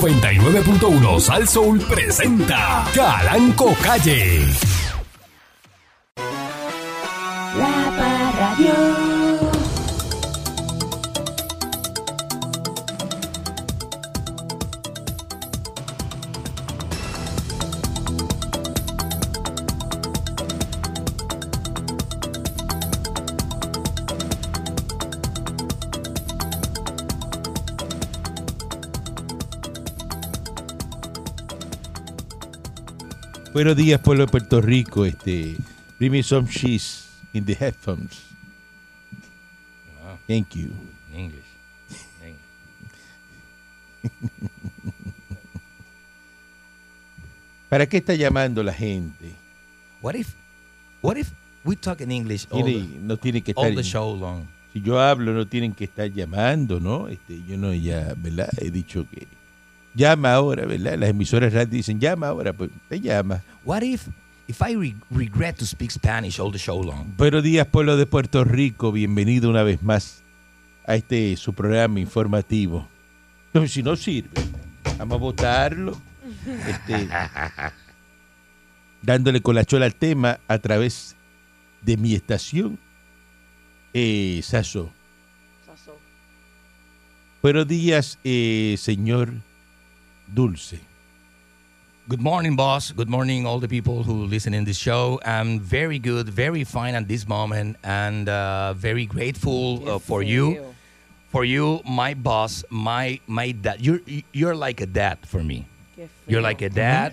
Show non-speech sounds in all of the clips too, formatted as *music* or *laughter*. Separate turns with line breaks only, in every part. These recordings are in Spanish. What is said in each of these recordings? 99.1 Sal Soul presenta Calanco Calle.
La Parradio.
Buenos días, pueblo de Puerto Rico. Este, bring me some cheese in the headphones.
Ah.
Thank you.
In English. In English.
*laughs* ¿Para qué está llamando la gente?
What if what if we talk in English all,
Tiene-
the,
no tiene que
all
estar.
the show long?
Si yo hablo, no tienen que estar llamando, ¿no? Este, yo no ya, ¿verdad? He dicho que llama ahora, ¿verdad? Las emisoras radio dicen llama ahora, pues te llama.
What if if I re- regret to speak Spanish all the show long?
Buenos días, pueblo de Puerto Rico. Bienvenido una vez más a este su programa informativo. No, si no sirve, vamos a votarlo. Este, dándole con la chola al tema a través de mi estación. Eh, Saso.
Sazón.
Buenos días, eh, señor Dulce.
Good morning, boss. Good morning, all the people who listen in this show. I'm very good, very fine at this moment, and uh, very grateful uh, for you, for you, my boss, my my dad. You're you're like a dad for me. You're like a dad.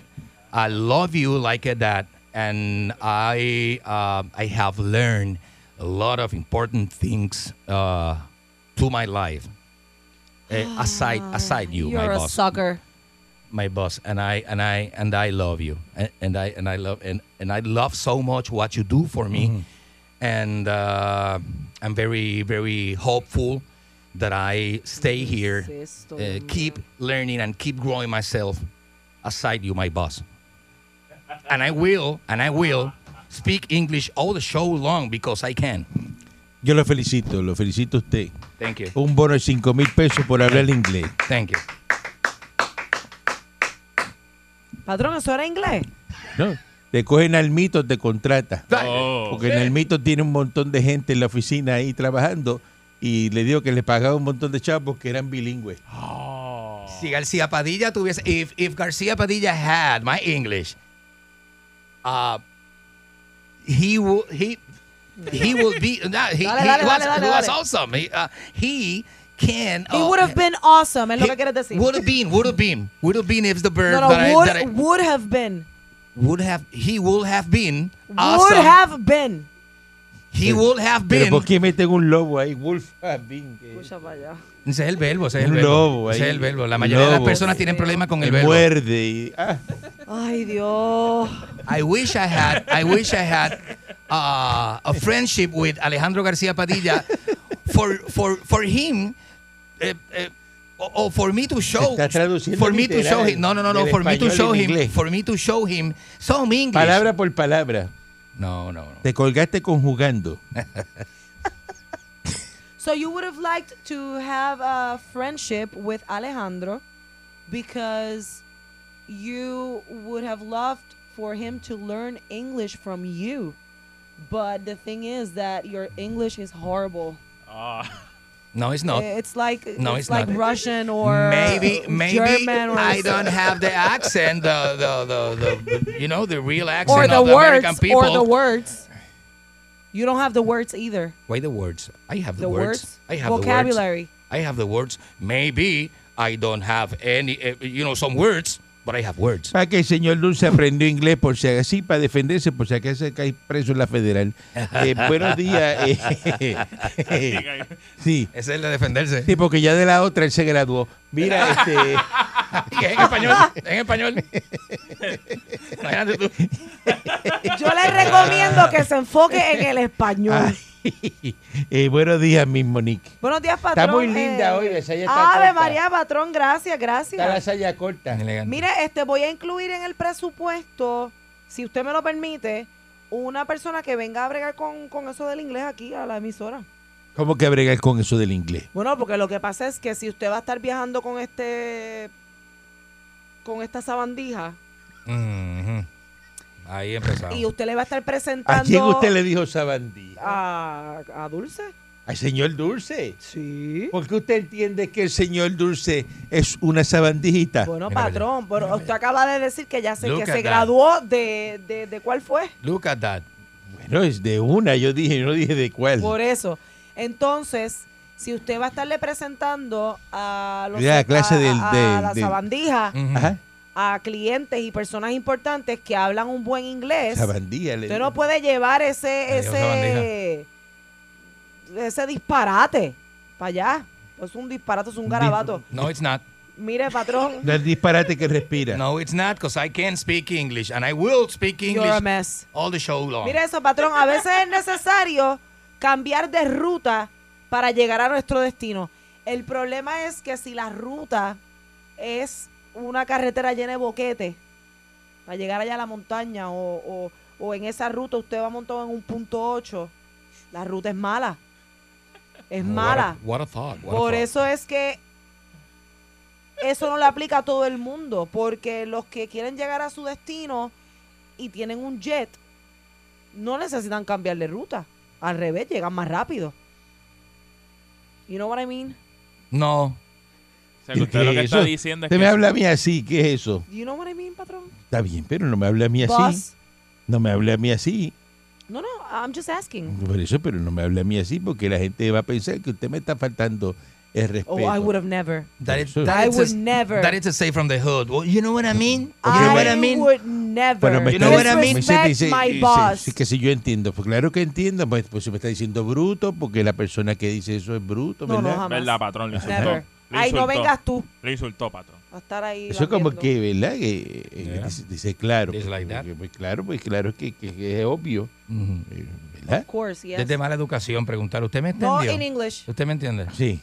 I love you like a dad, and I uh, I have learned a lot of important things uh, to my life. Eh, aside aside you, my
You're a
boss,
sucker.
my boss, and I and I and I love you, and, and I and I love and and I love so much what you do for me, and uh, I'm very very hopeful that I stay here
Esto,
uh, keep learning and keep growing myself aside you, my boss. And I will, and I will speak English all the show long because I can.
Yo lo felicito, lo felicito a usted.
Thank you.
Un bono de 5 mil pesos por hablar inglés.
Thank you.
Patrón, ¿eso era inglés?
No, te cogen al mito, te contrata.
Oh.
Porque en el mito tiene un montón de gente en la oficina ahí trabajando y le digo que le pagaba un montón de chavos que eran bilingües.
Si García Padilla tuviese, if, if García Padilla had my English, uh, he will, he, he will be, *laughs* no, he,
Dale,
he
dale,
was,
dale,
he was
dale.
awesome. He, uh, he can.
He
uh,
would have been awesome, es lo que quieres decir.
Would have been, would have been, would have been if the bird
no, no,
that,
would,
I, that I,
would have been.
would have he would have been awesome.
Would have been.
he would have
Pero
been.
¿por qué meten un lobo ahí? Wolf has been, que
Ese es el verbo, ese es el
Un
verbo.
lobo
ese
ahí.
es el verbo. La mayoría de las
Lobo.
personas tienen problemas con el
que
verbo.
muerde y- ah,
Ay, Dios.
I wish I had I wish I had uh, a friendship with Alejandro García Padilla for for for him eh, eh, or- or for me to show
Está traduciendo
for me to
literal
show him no no no no
del
for me to
español
show
en
him
inglés.
for me to show him some English
palabra por palabra.
no no no
Te colgaste conjugando.
*laughs* So you would have liked to have a friendship with Alejandro because you would have loved for him to learn English from you. But the thing is that your English is horrible.
no it's not
It's like
No,
it's,
it's
like
not.
Russian or
maybe
uh,
maybe
German or
I don't have the accent, the, the, the, the you know the real accent
or the
of the American
words
people.
or the words. You don't have the words either.
Why the words? I have the,
The
words.
words,
I have
vocabulary.
The words. I have the words. Maybe I don't have any, uh, you know, some words, but I have words.
Para Ah, que el señor Dulce aprendió inglés por si así, para defenderse por si acaso cae preso en la federal. Eh, buenos días. eh, *laughs* sí.
Es el de defenderse.
Sí, porque ya de la otra él se graduó. Mira, este.
*laughs*
en español. En
*laughs*
español. Imagínate tú.
*laughs* Yo les recomiendo que se enfoque en el español.
Ah. ay, *laughs* eh, buenos días, mis Monique.
Buenos días, patrón. Eh,
muy linda hoy, esa ya está
Ave
corta.
María, patrón, gracias,
Está la
gracias.
saya corta.
Mire, este voy a incluir en el presupuesto, si usted me lo permite, una persona que venga a bregar con, con eso del inglés aquí a la emisora.
¿Cómo que bregar con eso del inglés?
Bueno, porque lo que pasa es que si usted va a estar viajando con este con esta sabandija
Ujú. Ahí empezamos.
y usted le va a estar presentando
¿A quién usted le dijo sabandí?
a, a Dulce.
Al señor Dulce.
Sí.
¿Por qué usted entiende que el señor Dulce es una sabandijita?
Bueno,
Mira para
patrón, pero usted acaba de decir que ya sé
Look
que
at
se
that.
graduó de, de, de cuál fue.
Look at that.
Bueno, es de una, yo dije, yo no dije de cuál.
Por eso. Entonces, si usted va a estarle presentando a los
Ya, clase
a-
del-
a-
del-
a la
del-
sabandija,
Ujú.
Ajá,
a clientes y personas importantes que hablan un buen inglés,
sabandija. le
usted
digo.
no puede llevar ese
Adiós,
ese ese disparate para allá. Es un disparate, es un garabato.
No, it's not.
Mire, patrón,
No es disparate que respira.
No, it's not, because I can speak English, and I will speak
you're a
English
mess.
all the show long.
Mire eso, patrón. A veces es necesario cambiar de ruta para llegar a nuestro destino. El problema es que si la ruta es una carretera llena de boquetes, para llegar allá a la montaña o, o- o en esa ruta usted va montado en un punto 8, la ruta es mala. Es
What a-
mala.
What a, thought. what a
Por
thought.
eso es que eso no le aplica a todo el mundo, porque los que quieren llegar a su destino y tienen un jet, no necesitan cambiarle ruta. Al revés, llegan más rápido. You know what I mean?
No.
O sea, que usted lo
¿Qué
que
es
está
eso?
diciendo es
Usted
que
me habla a mí así, ¿qué es eso?
You know what I mean, patrón?
Está bien, pero no me habla a mí así.
Boss.
No me habla a mí así.
No, no, I'm just asking.
Por eso, pero no me habla a mí así porque la gente va a pensar que usted me está faltando el respeto.
Oh, I would have never.
That is,
Sure.
that
I
is
would
a,
never.
That is a say from the hood. Well, you know what I mean? You know
I
what I mean?
would never.
Bueno, me
You
está
know what I
diciendo-
mean?
me
Disrespect
dice-
my
dice-
boss.
sí, que si yo entiendo, pues claro que entiendo, pues, pues si me está diciendo bruto, porque la persona que dice eso es bruto,
No, no,
¿verdad?
jamás.
¿Verdad, patrón? Le insultó.
Never.
Le
Ay, no
insultó.
vengas tú
Le insultó, patrón.
a estar ahí.
eso como
lambiendo.
que, ¿verdad? Que, eh,
Yeah.
dice, dice claro.
Just like that.
Porque, pues, claro, pues claro que, que- que es obvio,
Mhm.
eh, ¿verdad?
Of course, yes.
Es de mala educación preguntar. ¿Usted me
No,
entendió?
en English.
¿Usted me entiende?
Sí.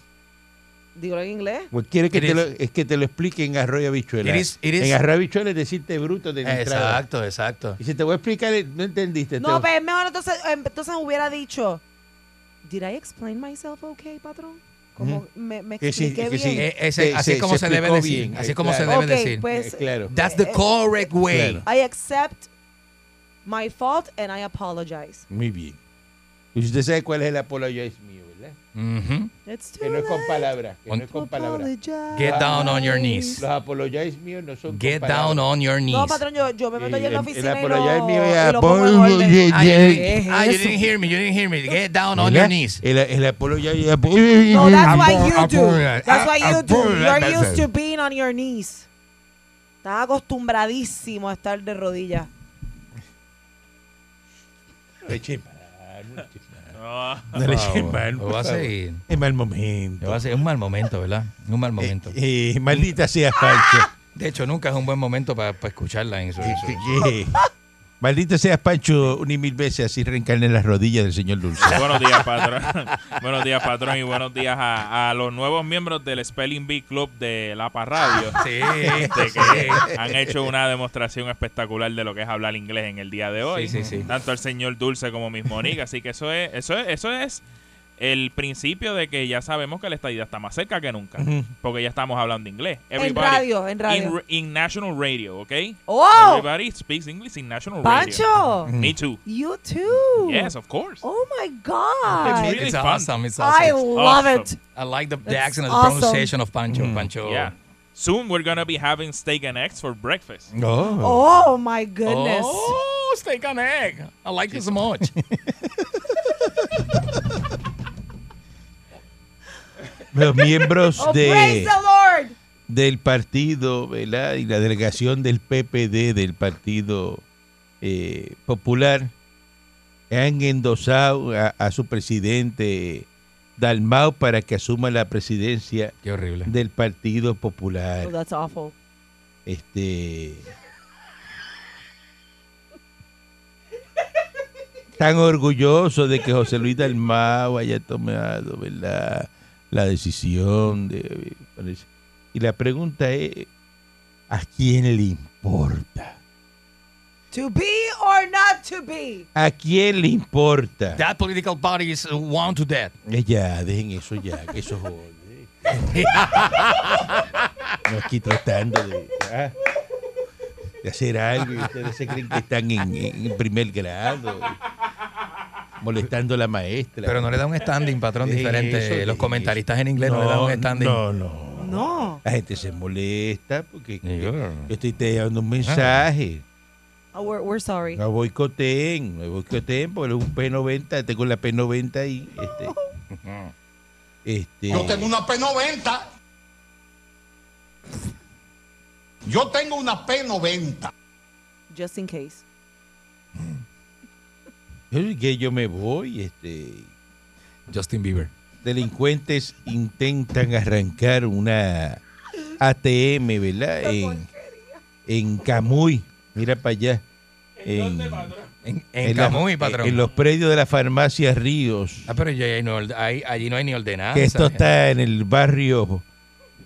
Digo en inglés.
Pues quiere que
It
te,
is-
lo, es que te lo explique en arroyo habichuela.
It is- it is-
en arroyo habichuela es decirte bruto de la entrada.
Exacto, exacto.
Y si te voy a explicar, eh, no entendiste.
No,
te-
pero es mejor entonces, em, entonces hubiera dicho, did I explain myself okay, patrón? Como me, me
Que sí,
expliqué
que sí.
bien.
Eh, ese-
Se-
así
se-
como
se
se, debe
explicó
decir.
bien,
Así
eh,
como se
claro.
debe
Ok,
decir.
pues,
Eh, claro.
That's the
eh,
correct way.
Claro.
I accept my fault and I apologize.
Muy bien. Y usted sabe cuál es el apologize mío, ¿verdad?
Mhm.
It's too
Que no es con
late
palabras, que no es
to
con palabras.
apologize.
Get down on your knees.
Los apologize míos no son
Get
con
down on your knees.
No, patrón, yo, yo me meto allá en la
El- el
oficina y
apologize
lo,
mío
y
es
lo pongo en orden.
Ah, you,
¿Qué es
didn't, ah, you
eso?
didn't hear me. You didn't hear me. Get down on
¿Verdad?
your knees.
El, el apologize
No, that's what you
Apo-
do.
apologize.
That's what you do.
Apologize.
You're used to being on your knees. Estás acostumbradísimo a estar de rodillas.
No le eche mano, no le eche mano.
Ah,
*laughs* No le eche
Wow.
mano,
Lo
por
va a
favor.
seguir.
Es mal
Lo va
momento.
a hacer- Es un mal momento, ¿verdad? Es un mal
Eh,
momento.
eh, maldita sea
*laughs*
Pancho.
De hecho, nunca es un buen momento para escucharla en su. en su-
Eh, Maldita sea Pancho, un y mil veces así reencarne las rodillas del señor
*laughs*
Dulce.
*laughs* buenos días, patrón. buenos días, patrón. Y buenos días a, a los nuevos miembros del Spelling Bee Club de La Radio.
*laughs* Sí,
Este,
sí.
que han hecho una demostración espectacular de lo que es hablar inglés en el día de hoy.
Sí, sí, sí.
Tanto el señor Dulce como Miss Monique. Así que eso es, eso es, eso es el principio de que ya sabemos que la estadía está más cerca que nunca. Porque ya estamos hablando inglés.
En radio, en radio.
In, ra- in national radio, ¿ok?
¡Oh!
Everybody speaks English in national radio.
¡Pancho!
Mm.
Me too.
You too.
Yes, of course.
Oh my
It's
God.
really
It's
fun.
awesome. It's
I
awesome.
love it.
awesome.
I like the, the
It's
accent and the
awesome.
pronunciation of Pancho. Pancho.
Yeah. Soon we're gonna be having steak and eggs for breakfast.
No.
Oh my goodness.
Oh, steak and egg. I like it so much.
Los miembros
Oh, praise
de,
the Lord.
del partido, ¿verdad? Y la delegación del PPD, del Partido eh, Popular, han endosado a, a su presidente Dalmau para que asuma la presidencia
Qué horrible.
del Partido
Oh,
Popular.
that's awful.
Este. Tan orgulloso de que José Luis Dalmau haya tomado ¿verdad? la decisión. De, parece. Y la pregunta es, ¿a quién le importa?
To be or not to be.
¿A quién le importa?
That political party is uh, want to death.
Eh, Ya, dejen eso eh. ya, que eso jode. No aquí tratando de... ah. de hacer algo y ustedes se creen que están en, en primer grado, molestando a la maestra.
Pero no le da un standing, patrón,
Sí,
diferente.
eso,
Los
sí,
comentaristas en inglés no, le dan un standing.
No, no.
No.
La gente se molesta porque
Y yo-
yo estoy te dando un mensaje.
Oh, we're, we're sorry.
No boicoteen, no boicoteen porque es un P90, tengo la P90 ahí. Este, este,
Yo tengo una P90. Yo tengo una P90.
Just in case.
yo sé que yo me voy, este,
Justin Bieber.
delincuentes intentan arrancar una ATM, ¿verdad? En, en Camuy, mira para allá. En,
En, en,
en la-
Camuy, patrón.
en los predios de la farmacia Ríos.
Ah, pero ya hay no ord- hay- allí no hay ni ordenanza.
que esto está en el barrio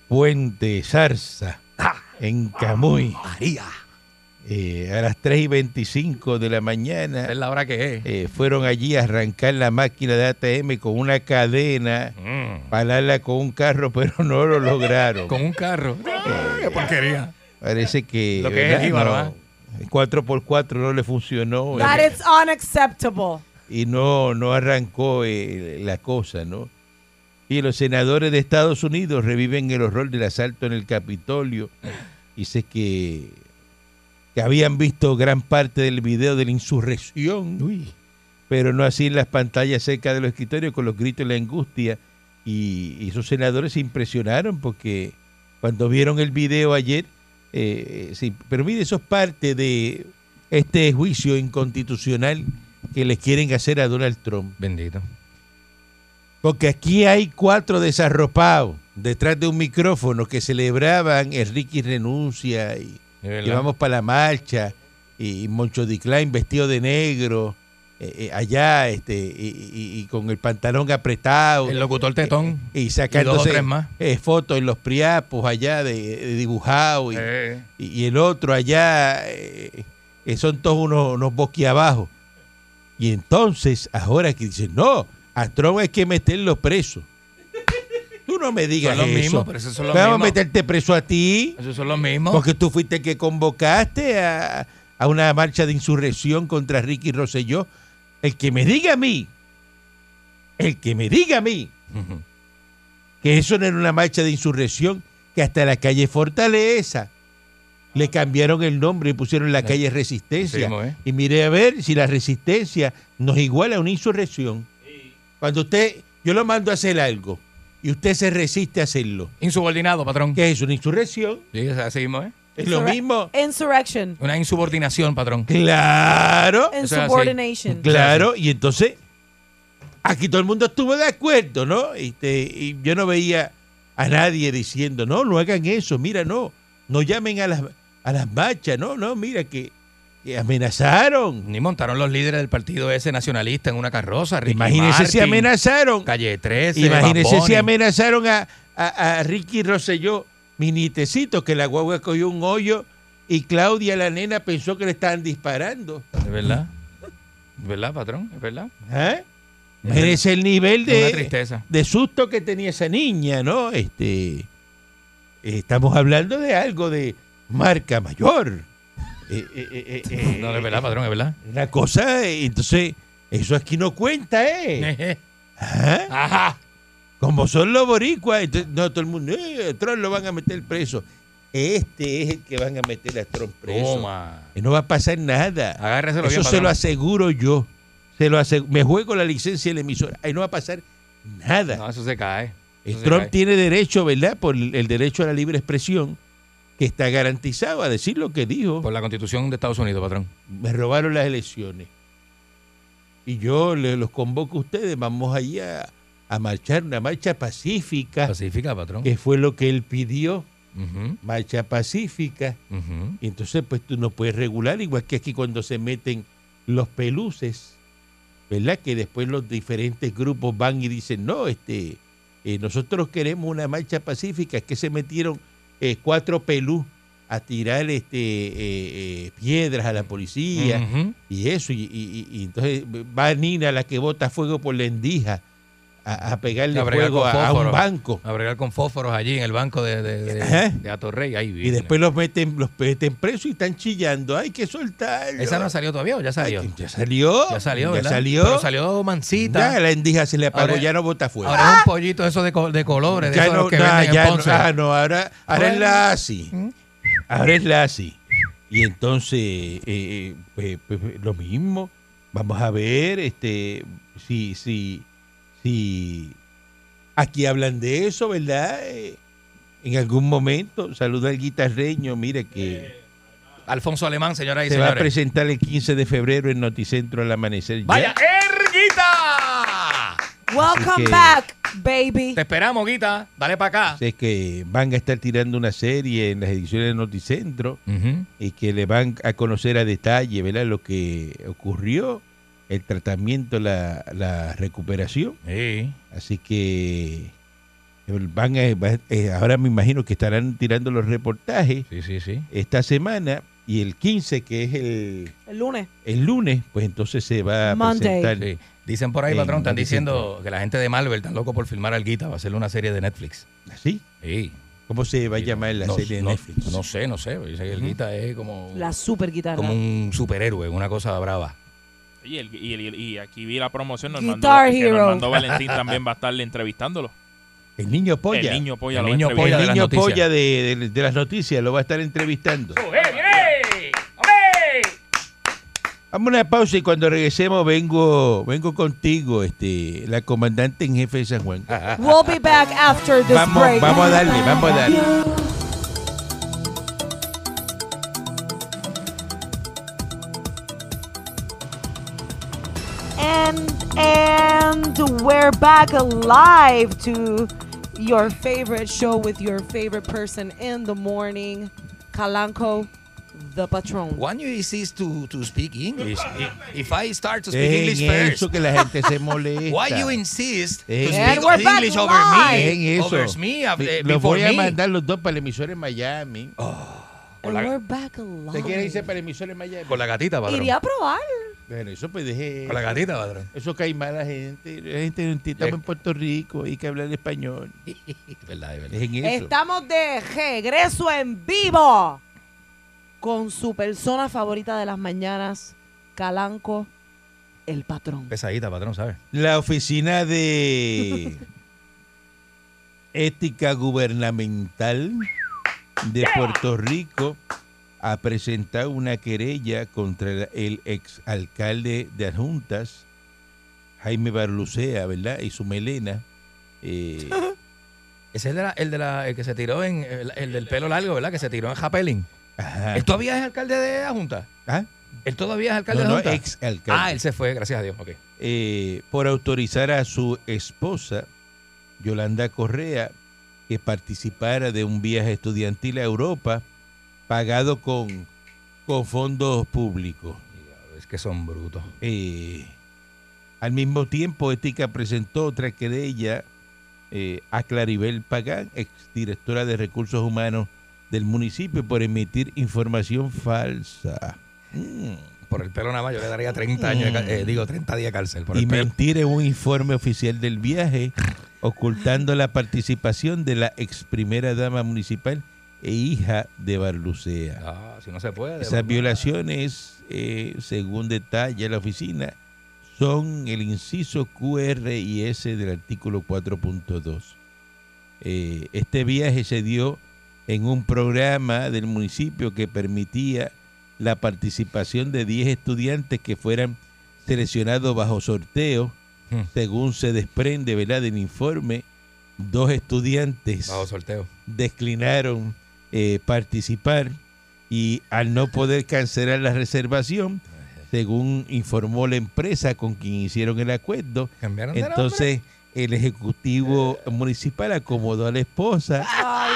Puente Zarza, en Camuy. Eh, a las 3 y 25 de la mañana
Esa es la hora que es.
eh, fueron allí a arrancar la máquina de ATM con una cadena,
Mm.
pararla con un carro, *laughs* pero no lo lograron.
Con un carro. ¡Qué porquería!
Parece que,
Lo que es
¿verdad?
el jíbaro,
No,
¿ah?
el 4x4 no le funcionó
That
eh,
is unacceptable.
y no, no arrancó eh, la cosa, ¿no? Y los senadores de Estados Unidos reviven el horror del asalto en el Capitolio. Dice que, que habían visto gran parte del video de la insurrección, pero no así en las pantallas cerca de los escritorios con los gritos y la angustia. Y, y esos senadores se impresionaron porque cuando vieron el video ayer, eh, eh, sí, pero mire, eso es parte de este juicio inconstitucional que le quieren hacer a Donald Trump.
Bendito.
Porque aquí hay cuatro desarropados detrás de un micrófono que celebraban Enrique renuncia y,
Es verdad.
y vamos para la marcha y, Moncho Di Klein vestido de negro eh, eh, allá este y, y- y con el pantalón apretado
El locutor tetón.
y
y dos o
sacándose
tres más.
eh, fotos en los priapos allá de, de dibujado y,
Eh,
y, y el otro allá eh, eh, son todos unos, unos boquiabajos. Y entonces, ahora que dicen, no, a Trump hay que meterlo preso. Tú no me digas
Son los
eso.
mismos, pero esos son los
Vamos a
mismos.
meterte preso a ti,
esos son los mismos.
porque tú fuiste el que convocaste a, a una marcha de insurrección contra Ricky Rosselló. El que me diga a mí, el que me diga a mí,
Ujú.
que eso no era una marcha de insurrección, que hasta la calle Fortaleza le cambiaron el nombre y pusieron la calle
Sí,
Resistencia.
mo, ¿eh?
Y mire a ver si la resistencia nos iguala a una insurrección. Cuando usted, yo lo mando a hacer algo y usted se resiste a hacerlo,
Insubordinado, patrón.
¿qué es una insurrección?
Sí, es así mismo, ¿eh?
Es lo
Insurre-
mismo.
Insurrection.
Una insubordinación, patrón.
Claro,
es así.
Insubordination.
claro. Y entonces, aquí todo el mundo estuvo de acuerdo, ¿no? Este, y yo no veía a nadie diciendo, no, no hagan eso, mira, no, no llamen a las, a las marchas, no, no, mira que, que amenazaron.
Ni montaron los líderes del partido ese nacionalista en una carroza. Ricky
Imagínense si
Martin,
amenazaron.
Calle 13.
Imagínense
Bad
si
Bunny.
amenazaron a, a- a Ricky Rosselló, mi nietecito, que la guagua cogió un hoyo y Claudia, la nena, pensó que le estaban disparando.
Es verdad. Es verdad, patrón. Es verdad.
¿Eh? Imagínense el nivel
Es una
de,
tristeza.
de susto que tenía esa niña, ¿no? Este, eh, estamos hablando de algo de marca mayor. Eh, eh, eh, eh, eh,
No, es verdad, patrón. Es verdad.
una cosa, eh, entonces, eso aquí no cuenta,
*laughs*
¿eh? Ajá.
Ajá.
Como son los boricuas, entonces, no todo el mundo, eh, a Trump lo van a meter preso. Este es el que van a meter a Trump preso.
Toma. Ah,
Y no va a pasar nada.
Agárreselo
Eso
bien,
se
patrón.
lo aseguro yo. Se lo asegu- Me juego la licencia de la emisora. Ahí no va a pasar nada.
No, eso se cae.
Eh,
eso se
Trump
cae.
tiene derecho, ¿verdad? Por el el derecho a la libre expresión, que está garantizado a decir lo que dijo.
Por la constitución de Estados Unidos, patrón.
Me robaron las elecciones. Y yo le- los convoco a ustedes. Vamos allá a marchar, una marcha pacífica.
Pacífica, patrón.
Ah. que fue lo que él pidió,
Ujú,
marcha pacífica.
ujú.
Y entonces, pues tú no puedes regular, igual que aquí cuando se meten los peluces, ¿verdad? Que después los diferentes grupos van y dicen, no, este, eh, nosotros queremos una marcha pacífica. Es que se metieron eh, cuatro pelú a tirar este, eh, eh, piedras a la policía
Ujú.
y eso. Y, y- y- y entonces va Nina, la que bota fuego por la endija, a, a pegarle
A bregar
fuego
con Ah,
a, a un
fósforos.
banco.
A bregar con fósforos allí en el banco de, de, de,
Ajá.
de Atorrey. Ahí
Y después los meten, los meten presos y están chillando. Hay que soltarlo.
Esa no salió todavía, ¿o ya
Ay,
salió.
que ya salió.
Ya salió,
Ya
¿verdad?
salió.
Pero salió mansita.
Ya la endija se le apagó,
Ahora-
ya no bota fuego.
Ahora es un pollito eso de, co- de colores, de
ya
esos
no,
que
nah,
venden
ya
en
no,
Ponce.
ah, no, ahora, ahora es
Bueno.
la ASI.
¿Mm?
Ahora es la ASI. Y entonces, eh, eh, pues, pues, lo mismo. Vamos a ver este si, si, si aquí hablan de eso, ¿verdad? Eh, en algún momento, saluda al guitarreño, mire que...
Alfonso Alemán, señoras y
Se va a
Eh, señores.
presentar el 15 de febrero en Noticentro al amanecer.
¡Vaya, eh,
Ya.
Erguita!
Welcome
que-
back, baby.
Te esperamos, Guita. Dale para acá.
Sé que van a estar tirando una serie en las ediciones de Noticentro
Ujú.
y que le van a conocer a detalle ¿verdad? lo que ocurrió, el tratamiento, la, la recuperación.
Sí.
Así que van a- va- eh, ahora me imagino que estarán tirando los reportajes
Sí, sí, sí.
esta semana y el 15, que es el,
El lunes.
el lunes, pues entonces se va a
Monday.
presentar. eh,
Sí. Dicen por ahí,
En
patrón, están
Noticentro.
diciendo que la gente de Marvel está loco por filmar al Guita. Va a hacerle una serie de Netflix.
¿Así?
Sí.
¿Cómo se va a llamar la
No-
serie de
no-
Netflix?
No sé, no sé. Dice que el Guita es como,
La super guitarra.
como un superhéroe, una cosa brava.
Y, el- y el- y aquí vi la promoción.
Guitar
que
Hero.
Normando Valentín también va a estarle entrevistándolo.
El niño polla.
El niño polla
Oh, El
lo va a
niño
entrevistar.
polla de
El
las
niño
noticias.
polla de, de- de las noticias lo va a estar entrevistando. Vamos a una pausa y cuando regresemos vengo, vengo contigo, este, la comandante en jefe de San Juan.
We'll be back after this
Vamos,
break.
vamos a darle, vamos a darle.
And and we're back alive to your favorite show with your favorite person in the morning, Calanco, the patron.
When you cease to, to
*laughs*
speak English, i- if I start to speak
Dejen
English
eso
first,
que la gente se molesta.
why you insist to
Eh,
speak
And we're back
English over
Dejen
me?
eso.
Over me, uh,
Sí, los
before
voy a
me?
mandar los dos para el emisor en Miami.
And we're back alive.
¿Usted quiere
Oh.
irse para el emisor en Miami?
Con la gatita, padrón.
Iría a probar.
Bueno, eso pues deje.
Con la gatita, padrón.
Eso cae mal a la gente. La gente no entiende. Estamos en Puerto Rico hay que hablar español.
*laughs* Verdad, es verdad.
Dejen eso.
Estamos de regreso en vivo con su persona favorita de las mañanas, Calanco, el patrón.
Pesadita, patrón, ¿sabes?
La oficina de ética gubernamental de Puerto Rico ha presentado una querella contra el- el exalcalde de Adjuntas, Jaime Barlucea, ¿verdad? Y su melena.
*laughs*
eh,
Ese es el de la- el, de la, el que se tiró en. El, el del pelo largo, ¿verdad? Que se tiró en Japelin.
ajá.
Él todavía es alcalde de la Junta.
¿Ah?
Él todavía es alcalde
No, no,
de la Junta.
exalcalde.
ah, él se fue, gracias a Dios. Ok.
eh, por autorizar a su esposa, Yolanda Correa, que participara de un viaje estudiantil a Europa pagado con, con fondos públicos.
Es que son brutos.
Eh, al mismo tiempo, Ética presentó otra querella eh, a Claribel Pagán, exdirectora de Recursos Humanos del municipio, por emitir información falsa. Mm.
Por el pelo nada más, yo le daría 30 años, de ca- eh, digo, 30 días de cárcel. Por
y
el pelo.
mentir en un informe oficial del viaje, ocultando la participación de la ex primera dama municipal e hija de Barlucea.
Ah, si no se puede.
Esas violaciones, eh, según detalla la oficina, son el inciso QR y S del artículo 4.2. Eh, este viaje se dio en un programa del municipio que permitía la participación de 10 estudiantes que fueran seleccionados bajo sorteo,
Hmm.
según se desprende ¿verdad? del informe, dos estudiantes
Bajo sorteo.
declinaron eh, participar y al no poder cancelar la reservación, según informó la empresa con quien hicieron el acuerdo,
Cambiaron
Eh,
de nombre.
entonces el ejecutivo municipal acomodó a la esposa
Ay,
y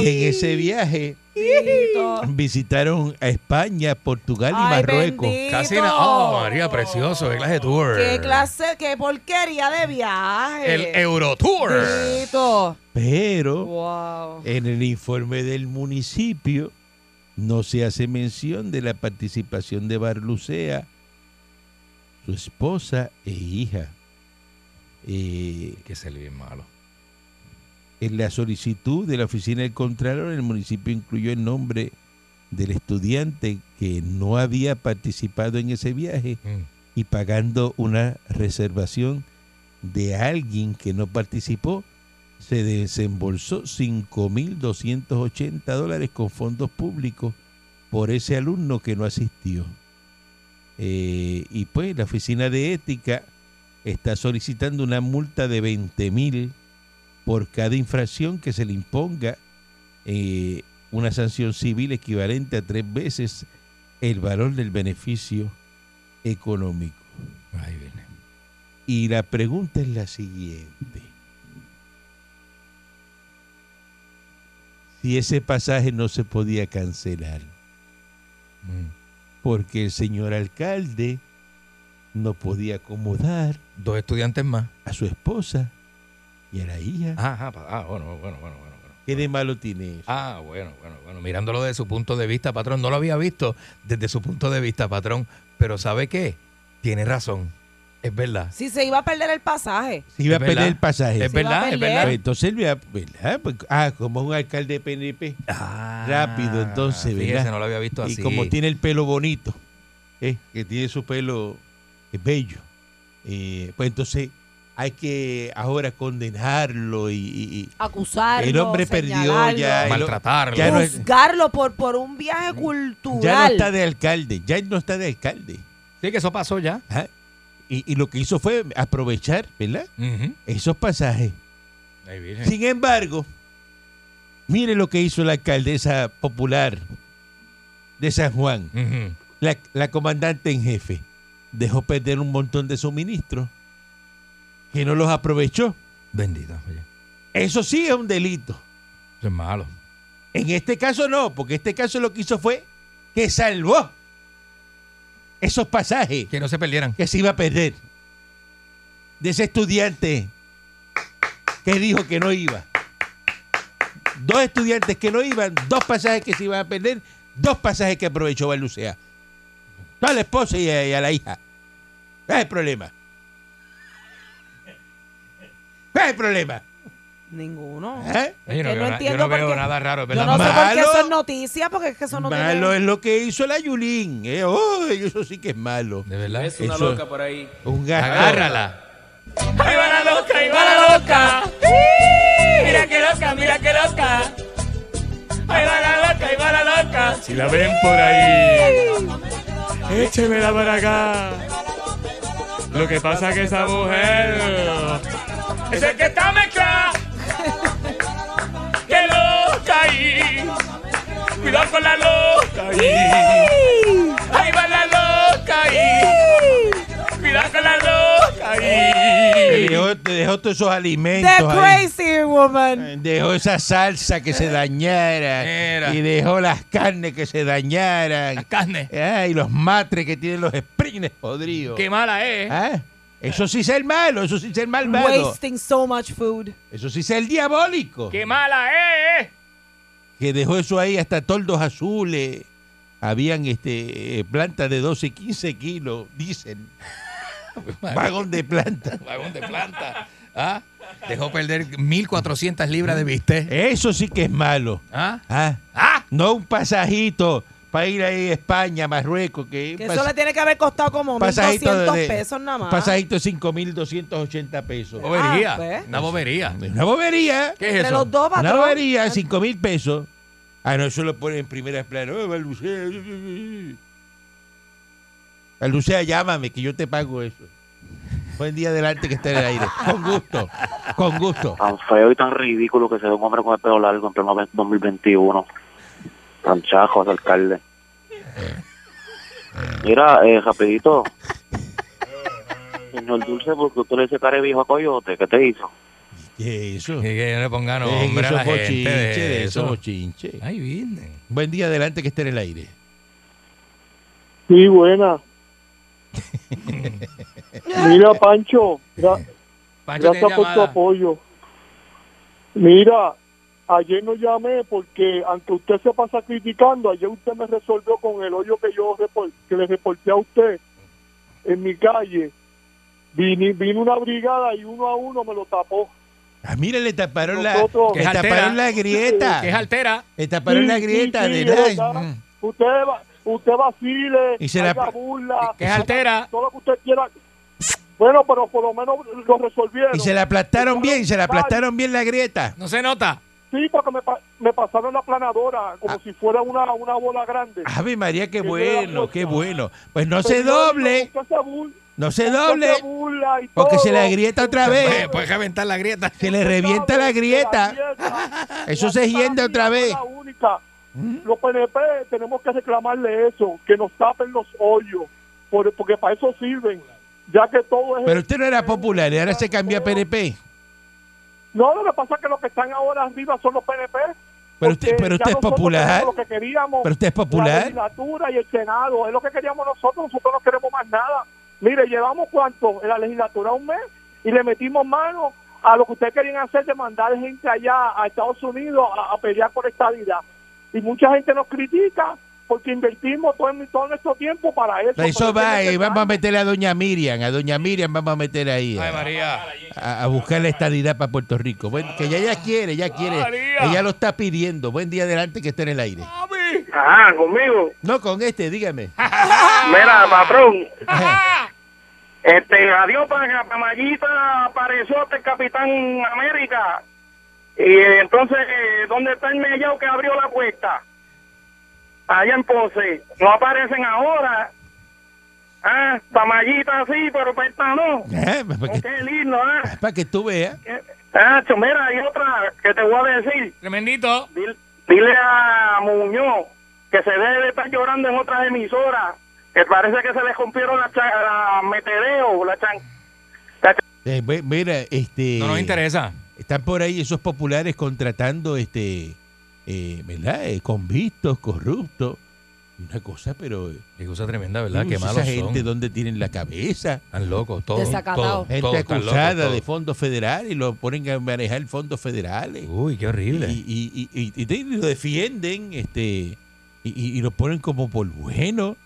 bendito.
en ese viaje
bendito.
visitaron a España, Portugal y
Ay,
Marruecos.
bendito.
Casi na- Oh, María, precioso. Qué clase de tour.
Qué clase, qué porquería de viaje.
El Eurotour.
Bendito.
Pero
Wow.
en el informe del municipio no se hace mención de la participación de Barlucea, su esposa e hija. eh,
que ser bien malo.
en la solicitud de la oficina del Contralor, el municipio incluyó el nombre del estudiante que no había participado en ese viaje
Mm,
y pagando una reservación de alguien que no participó, se desembolsó 5.280 dólares con fondos públicos por ese alumno que no asistió. Eh, y pues la oficina de ética está solicitando una multa de 20.000 mil por cada infracción que se le imponga eh, una sanción civil equivalente a tres veces el valor del beneficio económico.
Ahí viene.
Y la pregunta es la siguiente. Si ese pasaje no se podía cancelar,
Mm.
porque el señor alcalde no podía acomodar
Dos estudiantes más.
a su esposa y a la hija.
Ajá, pa- ah, bueno, bueno, bueno, bueno. bueno.
¿Qué de malo tiene eso?
Ah, bueno, bueno, bueno. Mirándolo desde su punto de vista, patrón. No lo había visto desde su punto de vista, patrón. Pero ¿sabe qué? Tiene razón. Es verdad.
Si se iba a perder el pasaje.
Si iba a
es verdad.
perder el pasaje.
Es
Se va a
verdad, es
pelear.
Pues
verdad.
entonces él vea, ¿verdad? Pues, ah, como un alcalde de PNP.
Ah,
Rápido, entonces,
fíjese,
¿verdad?
no lo había visto
Y
así.
como tiene el pelo bonito, eh, que tiene su pelo eh, bello, eh, pues entonces hay que ahora condenarlo y, y-
Acusarlo.
El hombre perdió ya, el-
Maltratarlo.
ya no es-
Juzgarlo por, por un viaje
y ya no
cultural.
está de alcalde, ya no está de alcalde.
Sí, que eso pasó ya.
Ajá. Y, y lo que hizo fue aprovechar, ¿verdad? Esos pasajes.
Ahí viene.
Sin embargo, mire lo que hizo la alcaldesa popular de San Juan.
Ujú.
La, la comandante en jefe dejó perder un montón de suministros que no los aprovechó.
Bendito. oye.
Eso sí es un delito.
Eso es malo.
En este caso no, porque este caso lo que hizo fue que salvó esos pasajes
Que no se perdieran.
que se iba a perder de ese estudiante que dijo que no iba. Dos estudiantes que no iban, dos pasajes que se iban a perder, dos pasajes que aprovechó Balucea. A la esposa y a, y a la hija. ¿Cuál es el problema? ¿Cuál es el problema?
Ninguno.
¿Eh?
Oye, no
Que no
veo na- yo
entiendo
no
por
veo
qué-
nada raro, es
Yo
¿verdad?
no sé
Malo.
por qué eso
Malo.
es noticia, porque es que eso no
malo
tiene...
es lo que hizo la Yulín. ¿eh? Oh, eso sí que es malo.
De verdad. Eh,
Es una
Eso-
loca por ahí.
Un gasto.
Agárrala.
¡Ahí va la loca! ¡Ahí va la loca! ¡Mira qué loca! ¡Mira qué loca! ¡Ahí va la loca! ¡Ahí va la loca! Si la ven por ahí, échemela para acá. Lo que pasa que esa mujer es el que está mezclada. ¡Qué loca ahí! ¡Cuidado con la loca ahí! ¡Ahí va la loca ahí! ¡Cuidado con la loca ahí!
Te dejó, te dejó todos esos alimentos.
The
ahí.
crazy woman.
Eh, Dejó esa salsa que
Eh,
se dañara.
Era.
Y dejó las carnes que se dañaran.
Las carnes.
Ah, y los matres que tienen los springs podridos.
¡Qué mala es! ¿eh?
Ah, Eso sí es el malo, eso sí es el malvado.
Wasting so much food.
Eso sí es el diabólico.
¡Qué mala es! ¿eh?
Que dejó eso ahí hasta toldos azules. Habían este eh, plantas de 12 y 15 kilos,
*laughs*
dicen. Vagón de planta.
Vagón de planta. ¿Ah? Dejó perder 1.400 libras de bistec.
Eso sí que es malo.
¿Ah?
Ah, No un pasajito para ir ahí a España, Marruecos, que,
Que
pas-
eso le tiene que haber costado como
pasajito
1.200
de-
pesos nada más.
pasajito de 5.280 pesos.
Bobería.
Ah, pues.
Una bobería.
Una bobería.
¿Qué
Entre
es eso?
los dos,
Una
patrón.
bobería, 5.000 pesos. Ah, no, eso lo ponen en primera plana. Oh, Balbucea. eh, Balbucea, llámame, que yo te pago eso. Buen día adelante que esté en el aire. Con gusto, con gusto.
tan feo y tan ridículo que se ve un hombre con el pelo largo en pleno 2021. Tan chajo ese alcalde. Mira, eh, rapidito. Señor Dulce, ¿por qué usted le dice cara de viejo a Coyote? ¿Qué te hizo?
¿Qué es eso?
Y que no le pongan
Dejen
nombre a
esos
la gente de
bochinches, de esos
eso.
bochinches.
Ahí viene.
Buen día adelante que esté en el aire.
Sí,
*laughs*
buena. Mira, Pancho,
Pancho tiene llamada.
apoyo. Mira, ayer no llamé porque, aunque usted se pasa criticando, ayer usted me resolvió con el hoyo que yo repor- que le reporté a usted en mi calle.
Vini- vino una brigada y uno a uno me lo tapó.
Ah, mira, le taparon la,
Nosotros-
le
Que es altera.
taparon la grieta.
Que es altera.
Le taparon
Sí,
la
sí,
grieta
sí,
de
es
Lai.
verdad.
Mm.
Usted, va- usted vacile,
Y se la-
haga burla,
Que es altera.
todo lo que usted quiera. Bueno, pero por lo menos lo resolvieron.
Y se la aplastaron bien, se la
Ay,
aplastaron bien la grieta.
No se nota.
Sí, porque me, pa- me pasaron la planadora
Ah.
como si fuera una, una bola grande.
Ave María, qué
Que yo la
bueno,
puedo-
qué bueno. Pues no
Pero
se
yo
doble,
digo, usted se bur-
no se
usted
doble,
se Oh, burla y
porque
todo.
se la grieta otra vez.
Puedes reventar la grieta.
Se le revienta la grieta. *laughs* Eso se hiende
hiende
otra vez. ¿Mm?
La única. Los PNP tenemos que reclamarle eso, que nos tapen los hoyos, por- porque para eso sirven, ya que todo es...
Pero usted no era popular y ahora se cambió a PNP.
No, lo que pasa es que los que están ahora arriba son los PNP.
Pero usted-
porque
pero usted
ya
es
nosotros
popular.
tenemos Lo que queríamos,
Pero usted es
La
popular.
legislatura y el Senado, es lo que queríamos nosotros, nosotros no queremos más nada. Mire, llevamos cuánto en la legislatura un mes y le metimos mano a lo que ustedes querían hacer de mandar gente allá a Estados Unidos a, a pelear por estabilidad. Y mucha gente nos critica porque invertimos todo, en- todo nuestro tiempo para eso.
La hizo
Pero es
va y
que
vamos a
necesitamos-
meter a doña Miriam, a doña Miriam vamos a meter ahí.
Ay,
a-
María.
a, a buscar la estadidad para Puerto Rico. Bueno, que ya ella quiere, ella quiere.
María.
Ella lo está pidiendo. Buen día adelante que esté en el aire.
Ajá, Ah, conmigo.
No, con este, dígame.
Ah,
*laughs* Eh,
Mira, patrón.
Ajá.
Este, adiós para Pamayita, apareció este Capitán América. Y eh, entonces, eh, ¿dónde está el mellao que abrió la puerta? Allá en Ponce. No aparecen ahora. Ah, Pamayita sí, pero Puerta no.
ah.
Ajá, eh, para, que,
Qué lindo, ah.
para que tú veas.
Qué- Tacho, mira, hay otra que te voy a decir.
Tremendito.
Dil- Dile a Muñoz que se debe de estar llorando en otras emisoras. Que parece que se le rompieron la, cha- la metereo, la chan.
Eh, ve- mira, este.
No nos interesa.
Están por ahí esos populares contratando, este, eh, ¿verdad? Eh, convictos, corruptos. Una cosa, pero. eh,
Qué cosa tremenda, ¿verdad?
uy,
Qué
esa
malos
gente,
son.
¿dónde tienen la cabeza?
Tan locos, todos.
Desacatados.
todos,
Gente
todos tan locos,
acusada de
todos.
fondos federales y lo ponen a manejar fondos federales.
Uy, qué
y,
horrible.
y, y- y- y te- lo defienden este y, y- y lo ponen como por bueno.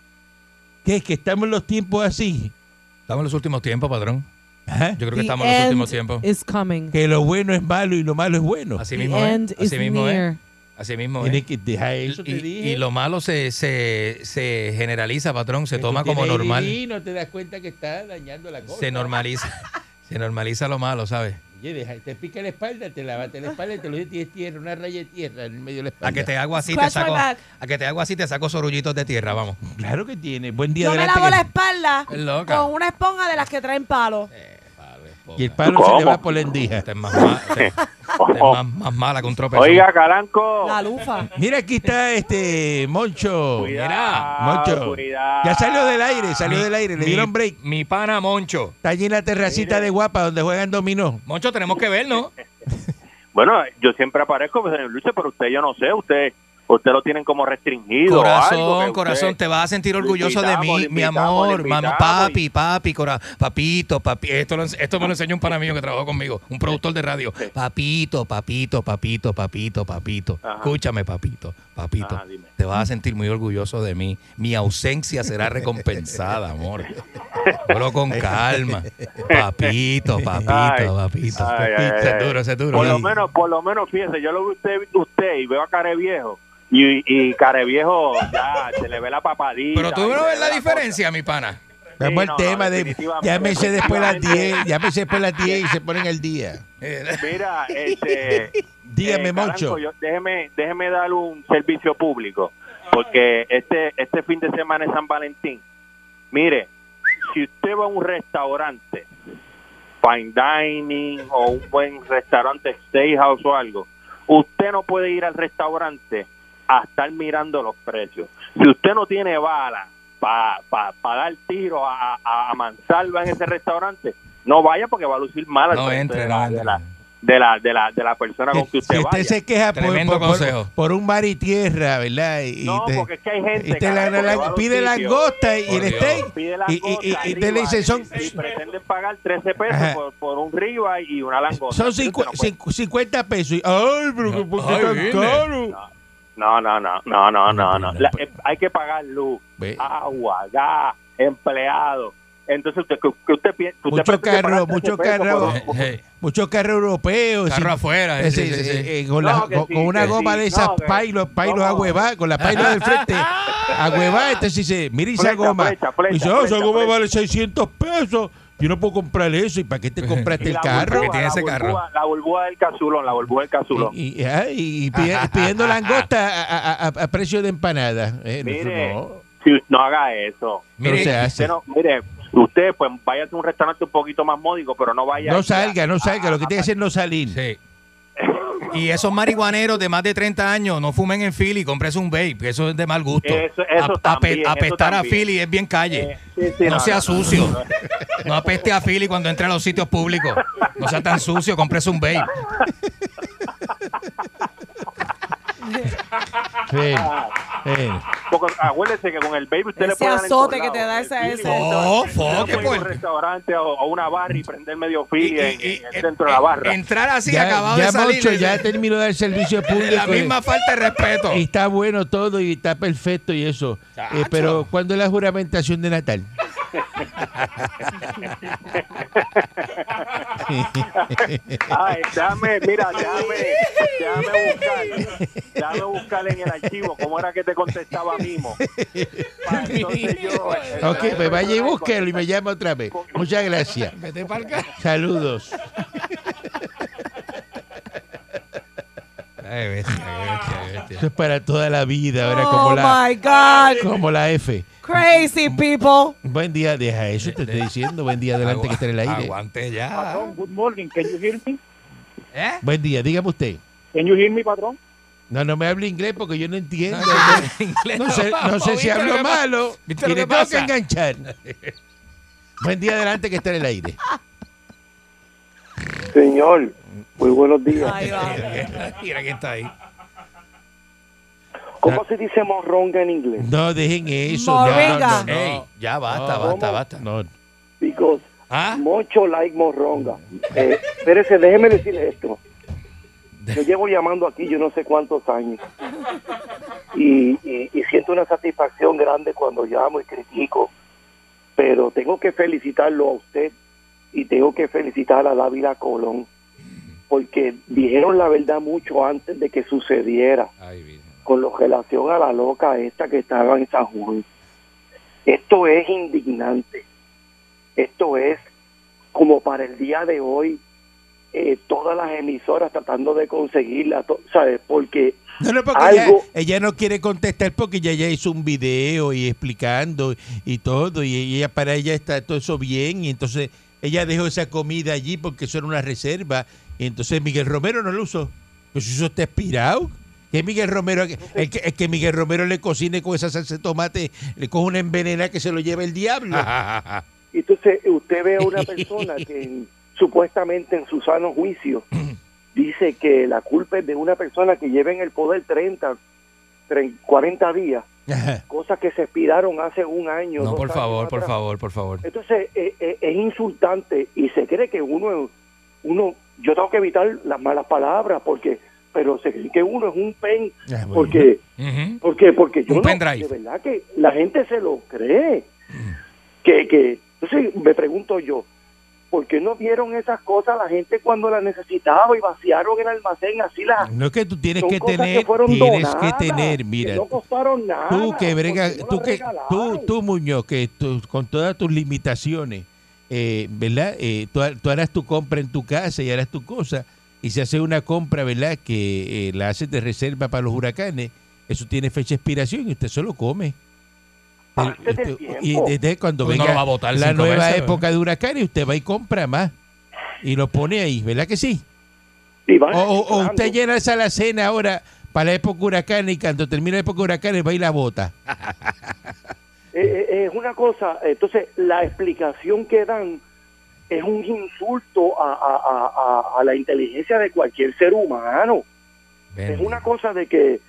¿Qué es que estamos en los tiempos así?
Estamos en los últimos tiempos, padrón.
Ajá.
Yo creo que
The
estamos en los últimos
end
tiempos.
is coming.
Que lo bueno es malo y lo malo es bueno.
Así
The
mismo
end
es. Así
is
mismo es.
near.
Así mismo es.
Tienes que dejar eso,
Y,
te dije.
y lo malo se, se, se generaliza, patrón. Se
Que tú
toma como
tienes
normal.
ADD, no te das cuenta que está dañando la cosa.
Se normaliza. *laughs* Se normaliza lo malo, ¿sabes?
Oye, deja- te pica la espalda, te lavaste
Ah.
la espalda y te lo dices, tienes tierra, una raya de tierra en el medio de la
A que
espalda.
te hago así, te
Scratch my
saco.
back.
A que te hago así, te saco sorullitos de tierra, vamos.
Claro que tiene. Buen día
Yo me
adelante que-
lavo la espalda
Es loca.
con una esponja de las que traen palos.
Y el palo se le va por la endija.
Esta es más, ma- esta- esta
*laughs*
es más, más mala que un tropezón.
Caranco.
La lufa.
Mira, aquí está este Moncho.
Mira,
Moncho.
cuidado.
Ya salió del aire, salió
Mi-
del aire, le
mi-
dieron break.
Mi pana Moncho.
Está allí en la terracita de guapa donde juegan dominó.
Moncho, tenemos que ver, ¿no?
Bueno, yo siempre aparezco, pues, señor Luis, pero usted, yo no sé, usted usted lo tienen como restringido. o algo, que
Corazón,
usted-
corazón, te vas a sentir
lo
orgulloso de
invitamos,
mí,
lo
mi
invitamos,
amor,
lo
mamá,
invitamos
papi,
y-
papi, cora- papito, papi. Esto, lo- esto me lo enseñó un pana mío que trabajó conmigo, un productor de radio. Papito, papito, papito, papito, papito.
Ajá.
Escúchame, papito, papito.
Ajá, dime.
te vas a sentir muy orgulloso de mí. Mi ausencia será recompensada, amor. Solo con
*laughs*
calma. Papito, papito,
Ay, Ah.
papito.
ay, ay,
Ese es
ay.
duro, ese es duro.
Por lo
Sí.
menos, por lo menos, fíjese, yo lo veo usted, usted y veo a Careviejo. Y, y Careviejo ya se le ve la papadita.
Pero tú no ves la diferencia, mi pana.
Vamos
no,
al
no,
tema de.
definitivamente,
Llámese después de las 10.
*laughs* definitivamente.
Llámese después de las 10 y se ponen al día.
Mira, este.
Dígame,
eh,
Moncho.
Caranco, yo- déjeme, déjeme dar un servicio público, porque este, este fin de semana es San Valentín. Mire, si usted va a un restaurante, fine dining o un buen restaurante steakhouse o algo, usted no puede ir al restaurante a estar mirando los precios. Si usted no tiene bala para dar tiro a, a, a mansalva en ese restaurante, no vaya porque va a lucir mal al
No
frente
entre,
de la-
no
de la-
entre.
de la, de la, de la persona con que
si
usted
usted
vaya.
se queja por,
Tremendo
por- por-
consejo.
por un mar y tierra, ¿verdad? Y, y
No,
te,
porque es que hay gente
y te la-
carajo, que
la-
va a los
pide
sitios,
langosta y
Por
el
Dios.
steak.
pide la
y- y-
gotas,
y- y te
ribeye,
le dicen son.
y pretenden pagar 13 pesos
Ajá.
por, por un riba y una langosta.
Son
Usted
cincu-
no puede-
cincu- 50 pesos. Y- Ay, pero que ¿por qué
Ay,
tan
viene.
caro?
No, no, no, no, no, no, no.
no,
La-
pues-
eh, hay que pagar luz,
Ve.
agua, gas, empleado. Entonces, usted, que- que usted, pi- que usted
Mucho
pretende
carro,
pagar
mucho
13 pesos
carro,
Eh,
por-
mucho carro europeo.
Carro
sí.
afuera,
Eh,
sí,
sí,
sí,
sí,
sí.
eh, Con,
No,
la-
que
con-
sí,
con una
que
goma
sí.
de esas
No, que-
pailo, pailo
no.
a huevá, con la pailo del
*laughs*
frente. A huevá, este sí se, mira esa
Flecha,
goma.
flecha, flecha,
Y dice, "Oh, esa
flecha,
goma
flecha".
vale 600 pesos. Yo no puedo comprar eso. ¿Y para
*laughs*
qué te compraste
Y
el
la
carro?
burbuja, tiene ese
la
carro.
burbuja- La burbuja del casulón, la burbuja del casulón.
Y, y- ah, y- y pide-
*laughs*
pidiendo langosta a, a- a- a precio de empanada. Eh, no,
Mire,
no,
si u- no haga eso.
no
mire,
se hace.
Usted no, mire, usted pues vaya a un restaurante un poquito más módico, pero no vaya.
No salga, no salga. Lo que
Ah,
tiene que hacer es no salir.
Sí. Y esos marihuaneros de más de 30 años no fumen en Philly, compres un vape, que eso es de mal gusto.
Eso- eso también, eso
apestar a
también.
Philly es bien calle.
Eh, sí, sí,
no,
no,
sea
no, no,
sucio. No,
no, no.
apeste a Philly cuando entre a los sitios públicos. No sea tan sucio, compres un vape.
*laughs*
Sí, Eh, sí.
Porque acuérdese que con el baby usted le
Ese
puede dar en todos
azote que
lados.
te da esa-
El
ese-
Philly,
No,
usted puede
foque,
ir a un
pues.
restaurante o, o una barra y prender medio
Y-
fil
y-
en,
y-
en- dentro de la barra.
Entrar así,
ya,
acabado
ya
de salir.
Moncho
¿no?
ya terminó de dar servicio público.
la misma falta
*laughs*
de respeto.
Y está bueno todo y está perfecto y eso.
Chacho.
Eh, pero ¿cuándo es la juramentación de Natal?
Ay, déjame, mira, déjame, déjame buscar, déjame buscar en el archivo cómo era que te contestaba Mimo. Pa, entonces yo-
*laughs*
eh,
ok, pues vaya y búsquelo y me llama otra vez. Muchas gracias. *laughs* Saludos.
Ay, Eh, bestia, bestia, bestia.
Eso es para toda la vida, ahora
Oh
como la
my God.
como la F.
Crazy people.
Buen día, deja eso, te estoy diciendo. Buen día, adelante que está en el aire.
Aguante ya.
Patrón, good morning. Can you hear me?
¿Eh?
Buen día, dígame usted.
Can you hear me, patrón?
No, no me hable inglés porque yo no entiendo.
Inglés
No sé, no
vamos,
sé si
¿viste lo
hablo
que pasa?
malo y le
¿Viste lo que
tengo que
pasa?
enganchar. *laughs* Buen día adelante que está en el aire.
Señor, muy buenos días.
Ahí va.
*laughs*
Mira que está ahí.
¿Cómo se dice morronga en inglés?
No, dejen eso. no, No,
Moringa.
no,
Ey, ya basta,
No.
basta, basta.
no, no.
Because
¿Ah?
mucho like morronga. Eh, espérese, déjeme decirle esto. Yo llevo llamando aquí yo no sé cuántos años y, y- y siento una satisfacción grande cuando llamo y critico, pero tengo que felicitarlo a usted y tengo que felicitar a Dávila Colón porque dijeron la verdad mucho antes de que sucediera con lo relación a la loca esta que estaba en San Juan. Esto es indignante. Esto es como para el día de hoy, eh, todas las emisoras tratando de conseguirla, to- ¿sabes? Porque
No, no, porque ella,
Algo-
ella no quiere contestar porque ya ella hizo un video y explicando y todo, y ella para ella está todo eso bien, y entonces ella dejó esa comida allí porque eso era una reserva, y entonces Miguel Romero no lo usó. Pues eso está expirado. Que Miguel Romero, el que, el que Miguel Romero le cocine con esa salsa de tomate, le coge una envenena que se lo lleva el diablo. *laughs*
*laughs*
entonces usted ve a una persona que en- supuestamente en su sano
*clears throat*
juicio dice que la culpa es de una persona que lleva en el poder 30, 30 40 días,
Ajá.
cosas que se expiraron hace un año.
No,
dos
por
años
favor, por
atrás.
favor, por favor.
Entonces eh, eh, es insultante y se cree que uno, uno, yo tengo que evitar las malas palabras porque, pero se cree que uno es un pen
Ah, bueno.
porque,
Ujú.
porque, porque yo
Un
no,
pendrive.
de verdad que la gente se lo cree,
Mm.
que, que, entonces me pregunto yo, ¿por qué no vieron esas cosas la gente cuando las necesitaba y vaciaron el almacén así las
No es que tú tienes
son
que
cosas
tener,
que fueron
tienes
donadas,
que tener, mira.
que no costaron nada,
tú que
¿por qué
brega,
Ah, pues no
tú
las
que tú,
regalaron?
tú Muñoz, que tú- con todas tus limitaciones, eh, ¿verdad? Eh, tú, ha- tú harás tu compra en tu casa y harás tu cosa y se hace una compra, ¿verdad? Que eh, la haces de reserva para los huracanes. Eso tiene fecha de expiración y usted solo come.
Antes del
Usted- y
tiempo.
desde cuando
Uno
venga
lo va a botar
la
cinco
nueva
veces,
época de huracanes, usted va y compra más y lo pone ahí, ¿verdad que sí?
Y van
O, o- o usted
reciclando.
llena esa alacena ahora para la época huracán y cuando termina la época huracán va y la bota.
Eh, eh, es una cosa, entonces la explicación que dan es un insulto a, a- a- a- a la inteligencia de cualquier ser humano.
Ven.
Es
Mm.
una cosa de que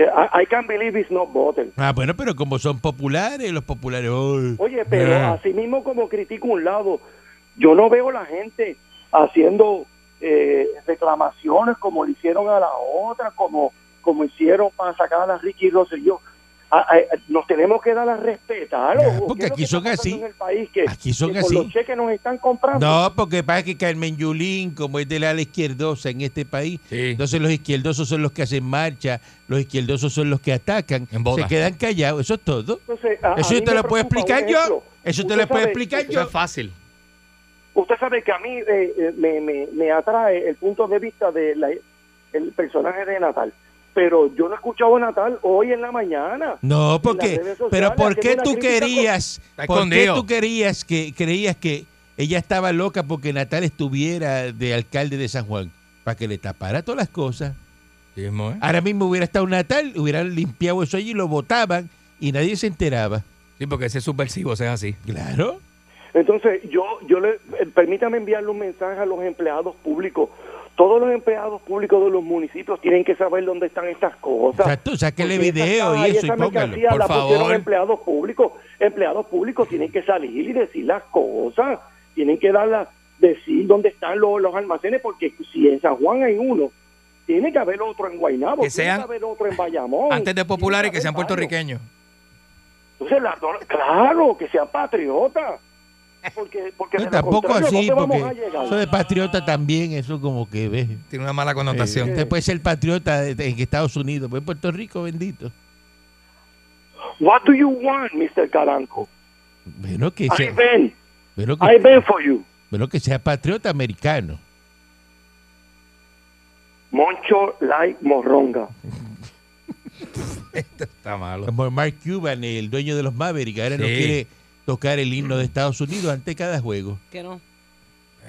eh, I I can't believe it's not butter.
Ah, bueno, pero como son populares, los populares. uy.
Oye, pero
Ah.
así mismo como critico un lado, yo no veo la gente haciendo eh, reclamaciones como le hicieron a la otra, como, como hicieron para sacar a Ricky Rosselló. a- a- nos tenemos que dar a respetar.
Ya,
ojo,
porque
¿qué es lo
aquí
que
son
está pasando
así.
En el país que,
Aquí son
que con
así.
los cheques nos están comprando.
No, porque pasa que Carmen Yulín, como es del ala izquierdosa en este país, entonces los izquierdosos son los que hacen marcha, los izquierdosos son los que atacan,
boda.
se quedan callados, eso es todo.
Entonces, a-
eso
a
yo
mí
te
me
lo puedo
preocupa,
explicar
un
yo.
ejemplo.
Eso te
Usted
lo puedo
sabe-
explicar
usted-
yo.
fácil.
Usted sabe que a mí eh, eh, me, me, me atrae el punto de vista del personaje de Natal. Pero yo no he escuchado a Natal hoy en la mañana.
No,
En
porque,
las redes sociales,
pero ¿por qué
haciendo
tú
una crítica con-
querías,
Está
por qué
escondido.
tú querías que, creías que ella estaba loca porque Natal estuviera de alcalde de San Juan? Para que le tapara todas las cosas. Ahora mismo hubiera estado Natal, hubieran limpiado eso allí, lo votaban y nadie se enteraba.
Sí, porque ese es subversivo, ese es así.
Claro.
Entonces, yo, yo le, eh, permítame enviarle un mensaje a los empleados públicos. Todos los empleados públicos de los municipios tienen que saber dónde están estas cosas.
Exacto, sáquele
Porque esa
video
caja
y eso y
esa
póngalo.
mercancía
Por
la pusieron
favor.
empleados públicos. Empleados públicos tienen que salir y decir las cosas. Tienen que dar la- decir dónde están los, los almacenes, porque si en San Juan hay uno, tiene que haber otro en Guaynabo,
Que
tiene
sean-
que haber otro en Bayamón.
Antes de populares que sean
Tiene haber varios.
puertorriqueños.
Entonces, la- claro, que sean patriotas. Porque,
*laughs*
porque de
No,
lo
tampoco
contrario,
así,
¿dónde vamos a
porque
llegar?
eso de patriota también, eso como que ves.
Tiene una mala connotación.
Eh, usted puede ser patriota de- de- en Estados Unidos, pero en Puerto Rico, bendito.
What do you want, Mr. Caranco?
Bueno, que
I
sea,
ven,
bueno, que,
I ven for you.
bueno, que sea patriota americano.
Moncho like morronga.
Está malo.
Como Mark Cuban, el dueño de los Mavericks, ahora no
Sí.
quiere tocar el himno de Estados Unidos ante cada juego.
Que no.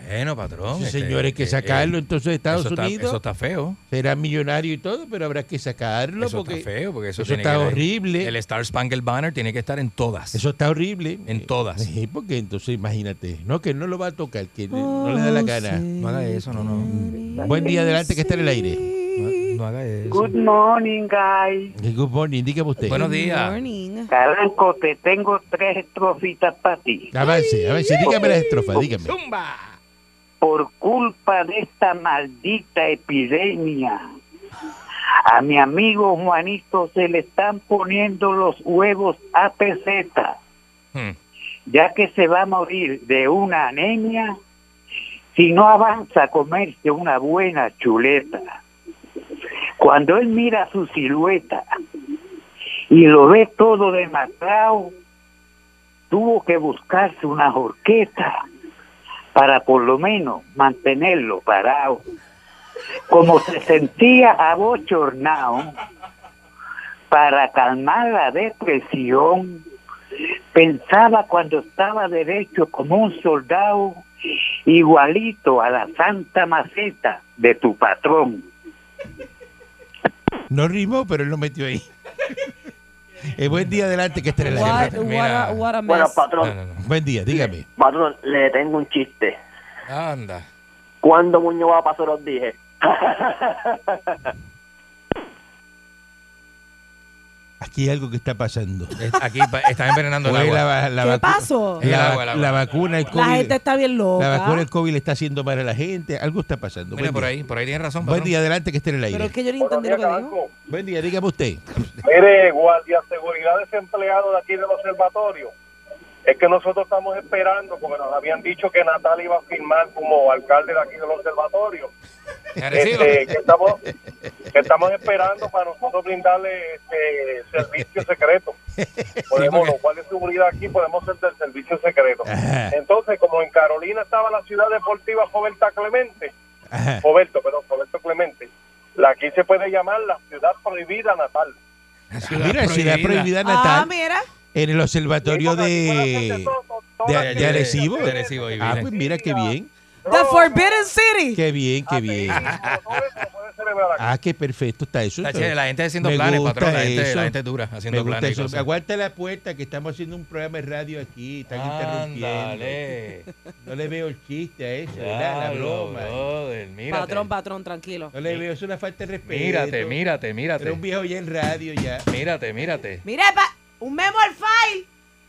Bueno, patrón.
Sí,
este,
señores, hay que
eh,
sacarlo
eh,
entonces de Estados
eso está-
Unidos.
eso está feo.
Será millonario y todo, pero habrá que sacarlo
Eso
porque
está feo, porque eso,
eso
tiene
está
que-
horrible.
El Star Spangled Banner tiene que estar en todas.
Eso está horrible.
En todas.
Sí, porque entonces imagínate, no que no lo va a tocar, que no le da la gana.
No haga eso, no, no.
Buen día adelante que está en el aire.
No, no haga eso.
Good morning, guys.
Good morning, dígame usted.
Buenos días.
Caranco, te tengo tres estrofitas para ti.
Avance, avance, dígame la estrofa, dígame.
Por culpa de esta maldita epidemia, a mi amigo Juanito se le están poniendo los huevos a peseta, ya que se va a morir de una anemia si no avanza a comerse una buena chuleta. Cuando él mira su silueta y lo ve todo demacrado, tuvo que buscarse una horqueta para por lo menos mantenerlo parado. Como se sentía abochornado, para calmar la depresión, pensaba cuando estaba derecho como un soldado, igualito a la santa maceta de tu patrón.
No rimó, pero él lo metió
*laughs*
ahí. Eh, buen día adelante que está en el
What,
aire.
what a, what a mess.
Bueno, patrón,
Buen día, dígame.
patrón, le tengo un chiste.
Anda.
Cuando Muñoz va a pasar los dije.
Aquí hay algo que está pasando.
Es- Aquí pa- están envenenando el
Fue
agua.
Pues la va- la
¿Qué
vacu-
pasó?
El
La,
agua, el agua.
la vacuna, el
La
COVID.
gente está bien loca.
La vacuna, el COVID le está haciendo mal a la gente. Algo está pasando.
Mira,
Buen
por
día.
ahí, por ahí tienes razón.
Buen
patrón.
día adelante que esté en el
Pero
aire.
es que yo no entendí lo que dijo.
Buen día, dígame usted.
Mire, guardia seguridad desempleado de aquí del observatorio, es que nosotros estamos esperando, porque nos habían dicho que Natal iba a firmar como alcalde de aquí del observatorio.
*laughs*
Arecibo.
Este, que, estamos, que estamos esperando para nosotros brindarle este
*laughs*
servicio secreto. Podemos, los guardias de seguridad aquí podemos ser del servicio secreto. Entonces, como en Carolina estaba la ciudad deportiva Roberta Clemente, Roberto, perdón, Roberto Clemente, la aquí se puede llamar la ciudad prohibida natal.
Mira, ciudad prohibida
Ah,
natal.
mira.
en el observatorio de, de,
de-
de Arecibo.
de Arecibo, ahí
Ah,
viene.
pues mira qué bien.
The Forbidden City.
Qué bien,
pues.
qué bien. Ah, qué perfecto está eso.
Está chévere, la gente haciendo
Me
planes,
gusta
patrón, la gente-
eso.
la gente dura haciendo
Me gusta
planes y
eso.
cosas.
Aguanta la puerta que estamos haciendo un programa de radio aquí. Están *laughs*
Ándale.
interrumpiendo. No le veo el chiste a eso, ¿verdad? La
Diablo,
broma.
brother, mírate.
Patrón, patrón, tranquilo.
No le veo, es una falta de respeto.
Mírate, mírate, mírate.
Era un viejo ya en radio ya.
Mírate, mírate.
Mire, pa- un memo al file.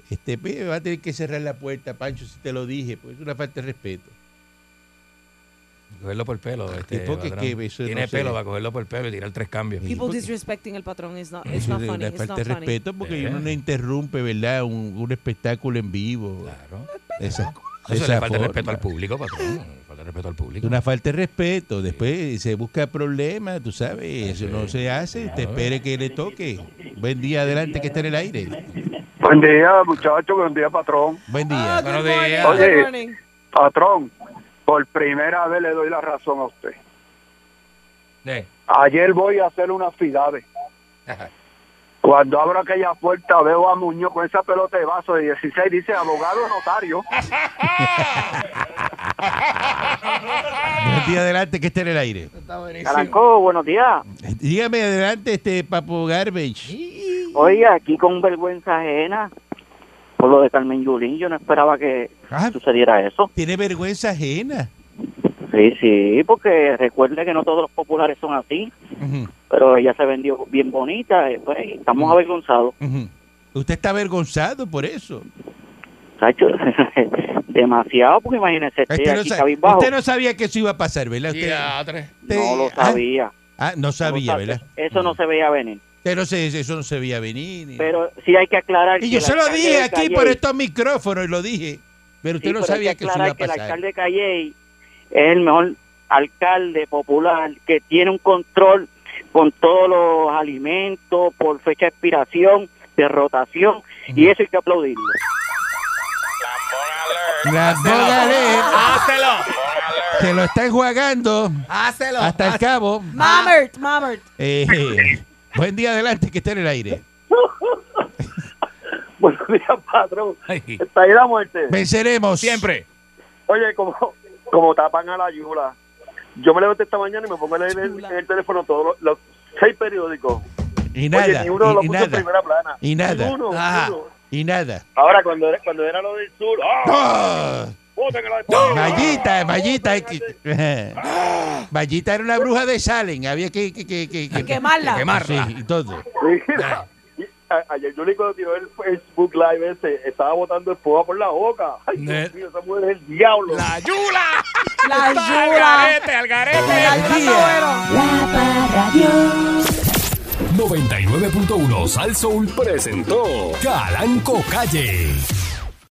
Este pibe va a tener que cerrar la puerta, Pancho, si te lo dije, pues es una falta de respeto.
cogerlo por pelo. Este,
tipo que-
patrón.
que eso
Tiene
no sé.
pelo para cogerlo por pelo y tirar tres cambios.
People disrespecting el patrón is not, it's
Eso
not
es
funny.
una
It's
falta
not
de
funny.
respeto porque
Sí.
uno no interrumpe, ¿verdad? Un, un espectáculo en vivo. Claro. Esa,
Eso le falta
forma.
respeto al público, patrón. Le falta respeto al público.
Una falta de respeto. Después se busca problemas, tú sabes. Eso no se hace. Te espere que le toque. Buen día, adelante, que esté en el aire.
Buen día, muchachos. Buen día, patrón.
Buen día.
Ah,
Oh,
Buenos días. Oye, patrón, por primera vez le doy la razón a usted. Ayer voy a hacer una fidave. Cuando abro aquella puerta veo a Muñoz con esa pelota de vaso de 16, dice abogado
*laughs*
notario.
Buen día, adelante, que esté en el aire.
Caranco, buenos días.
Dígame, adelante, este Papo Garbage.
Oiga, aquí con vergüenza ajena por lo de Carmen Yulín, yo no esperaba que sucediera eso.
Ah, Tiene vergüenza ajena.
Sí, sí, porque recuerde que no todos los populares son así, pero ella se vendió bien bonita, eh, pues, y
Mm.
estamos avergonzados.
Usted está avergonzado por eso.
Chacho, *laughs* demasiado, porque imagínese, estoy
Usted Este no,
aquí
sa-
cabizbajo.
usted no sabía que eso iba a pasar, ¿verdad? Usted-
No lo sabía.
Ah, no sabía, ¿verdad? Mm.
Eso no se veía venir.
Pero se- eso no se veía venir. ni-
Pero sí hay que aclarar.
Y
que
yo
el
se lo
alcalde
dije
de
aquí
Calle-
por estos micrófonos y lo dije. Pero usted
Sí,
no
pero hay
sabía que eso iba
aclarar
a
que el
pasar.
alcalde de Calley es el mejor alcalde popular que tiene un control con todos los alimentos por fecha de expiración, de rotación, y eso hay que aplaudirlo.
La boga de él
¡Hácelo!
se lo está enjuagando
¡Hácelo!
hasta el cabo.
Mamert, Mamert.
Eh, eh, *laughs* buen día adelante, que esté en el aire.
Buenos días, patrón.
*laughs*
Está ahí la muerte.
Venceremos. Siempre.
Oye, como, como tapan a la yula. Yo me levanto esta mañana y me pongo a leer en, en el teléfono todos los, los seis periódicos.
Y nada.
Oye, ni uno
y,
lo
y
puso en
nada.
primera plana.
Y nada.
Ninguno,
Ajá.
ninguno.
Y nada.
Ahora, cuando era, cuando era lo del sur. ¡ah!
¡Ah!
¡Bótenlo al sur!
Mallita, Mallita. hay que- *laughs* Mallita era una bruja de Salem. Había que, que, que, que- que- *laughs*
quemarla.
Sí, y todo.
Mira, y a- ayer yo le cuando tiró el Facebook Live ese, estaba botando espuma por la boca. Ay, Dios mío, esa mujer es el diablo. ¡La yula!
La
Está al
Yura.
este
garete, al garete.
La Yura
La Parra Dios.
99.1 Sal Soul presentó Calanco Calle.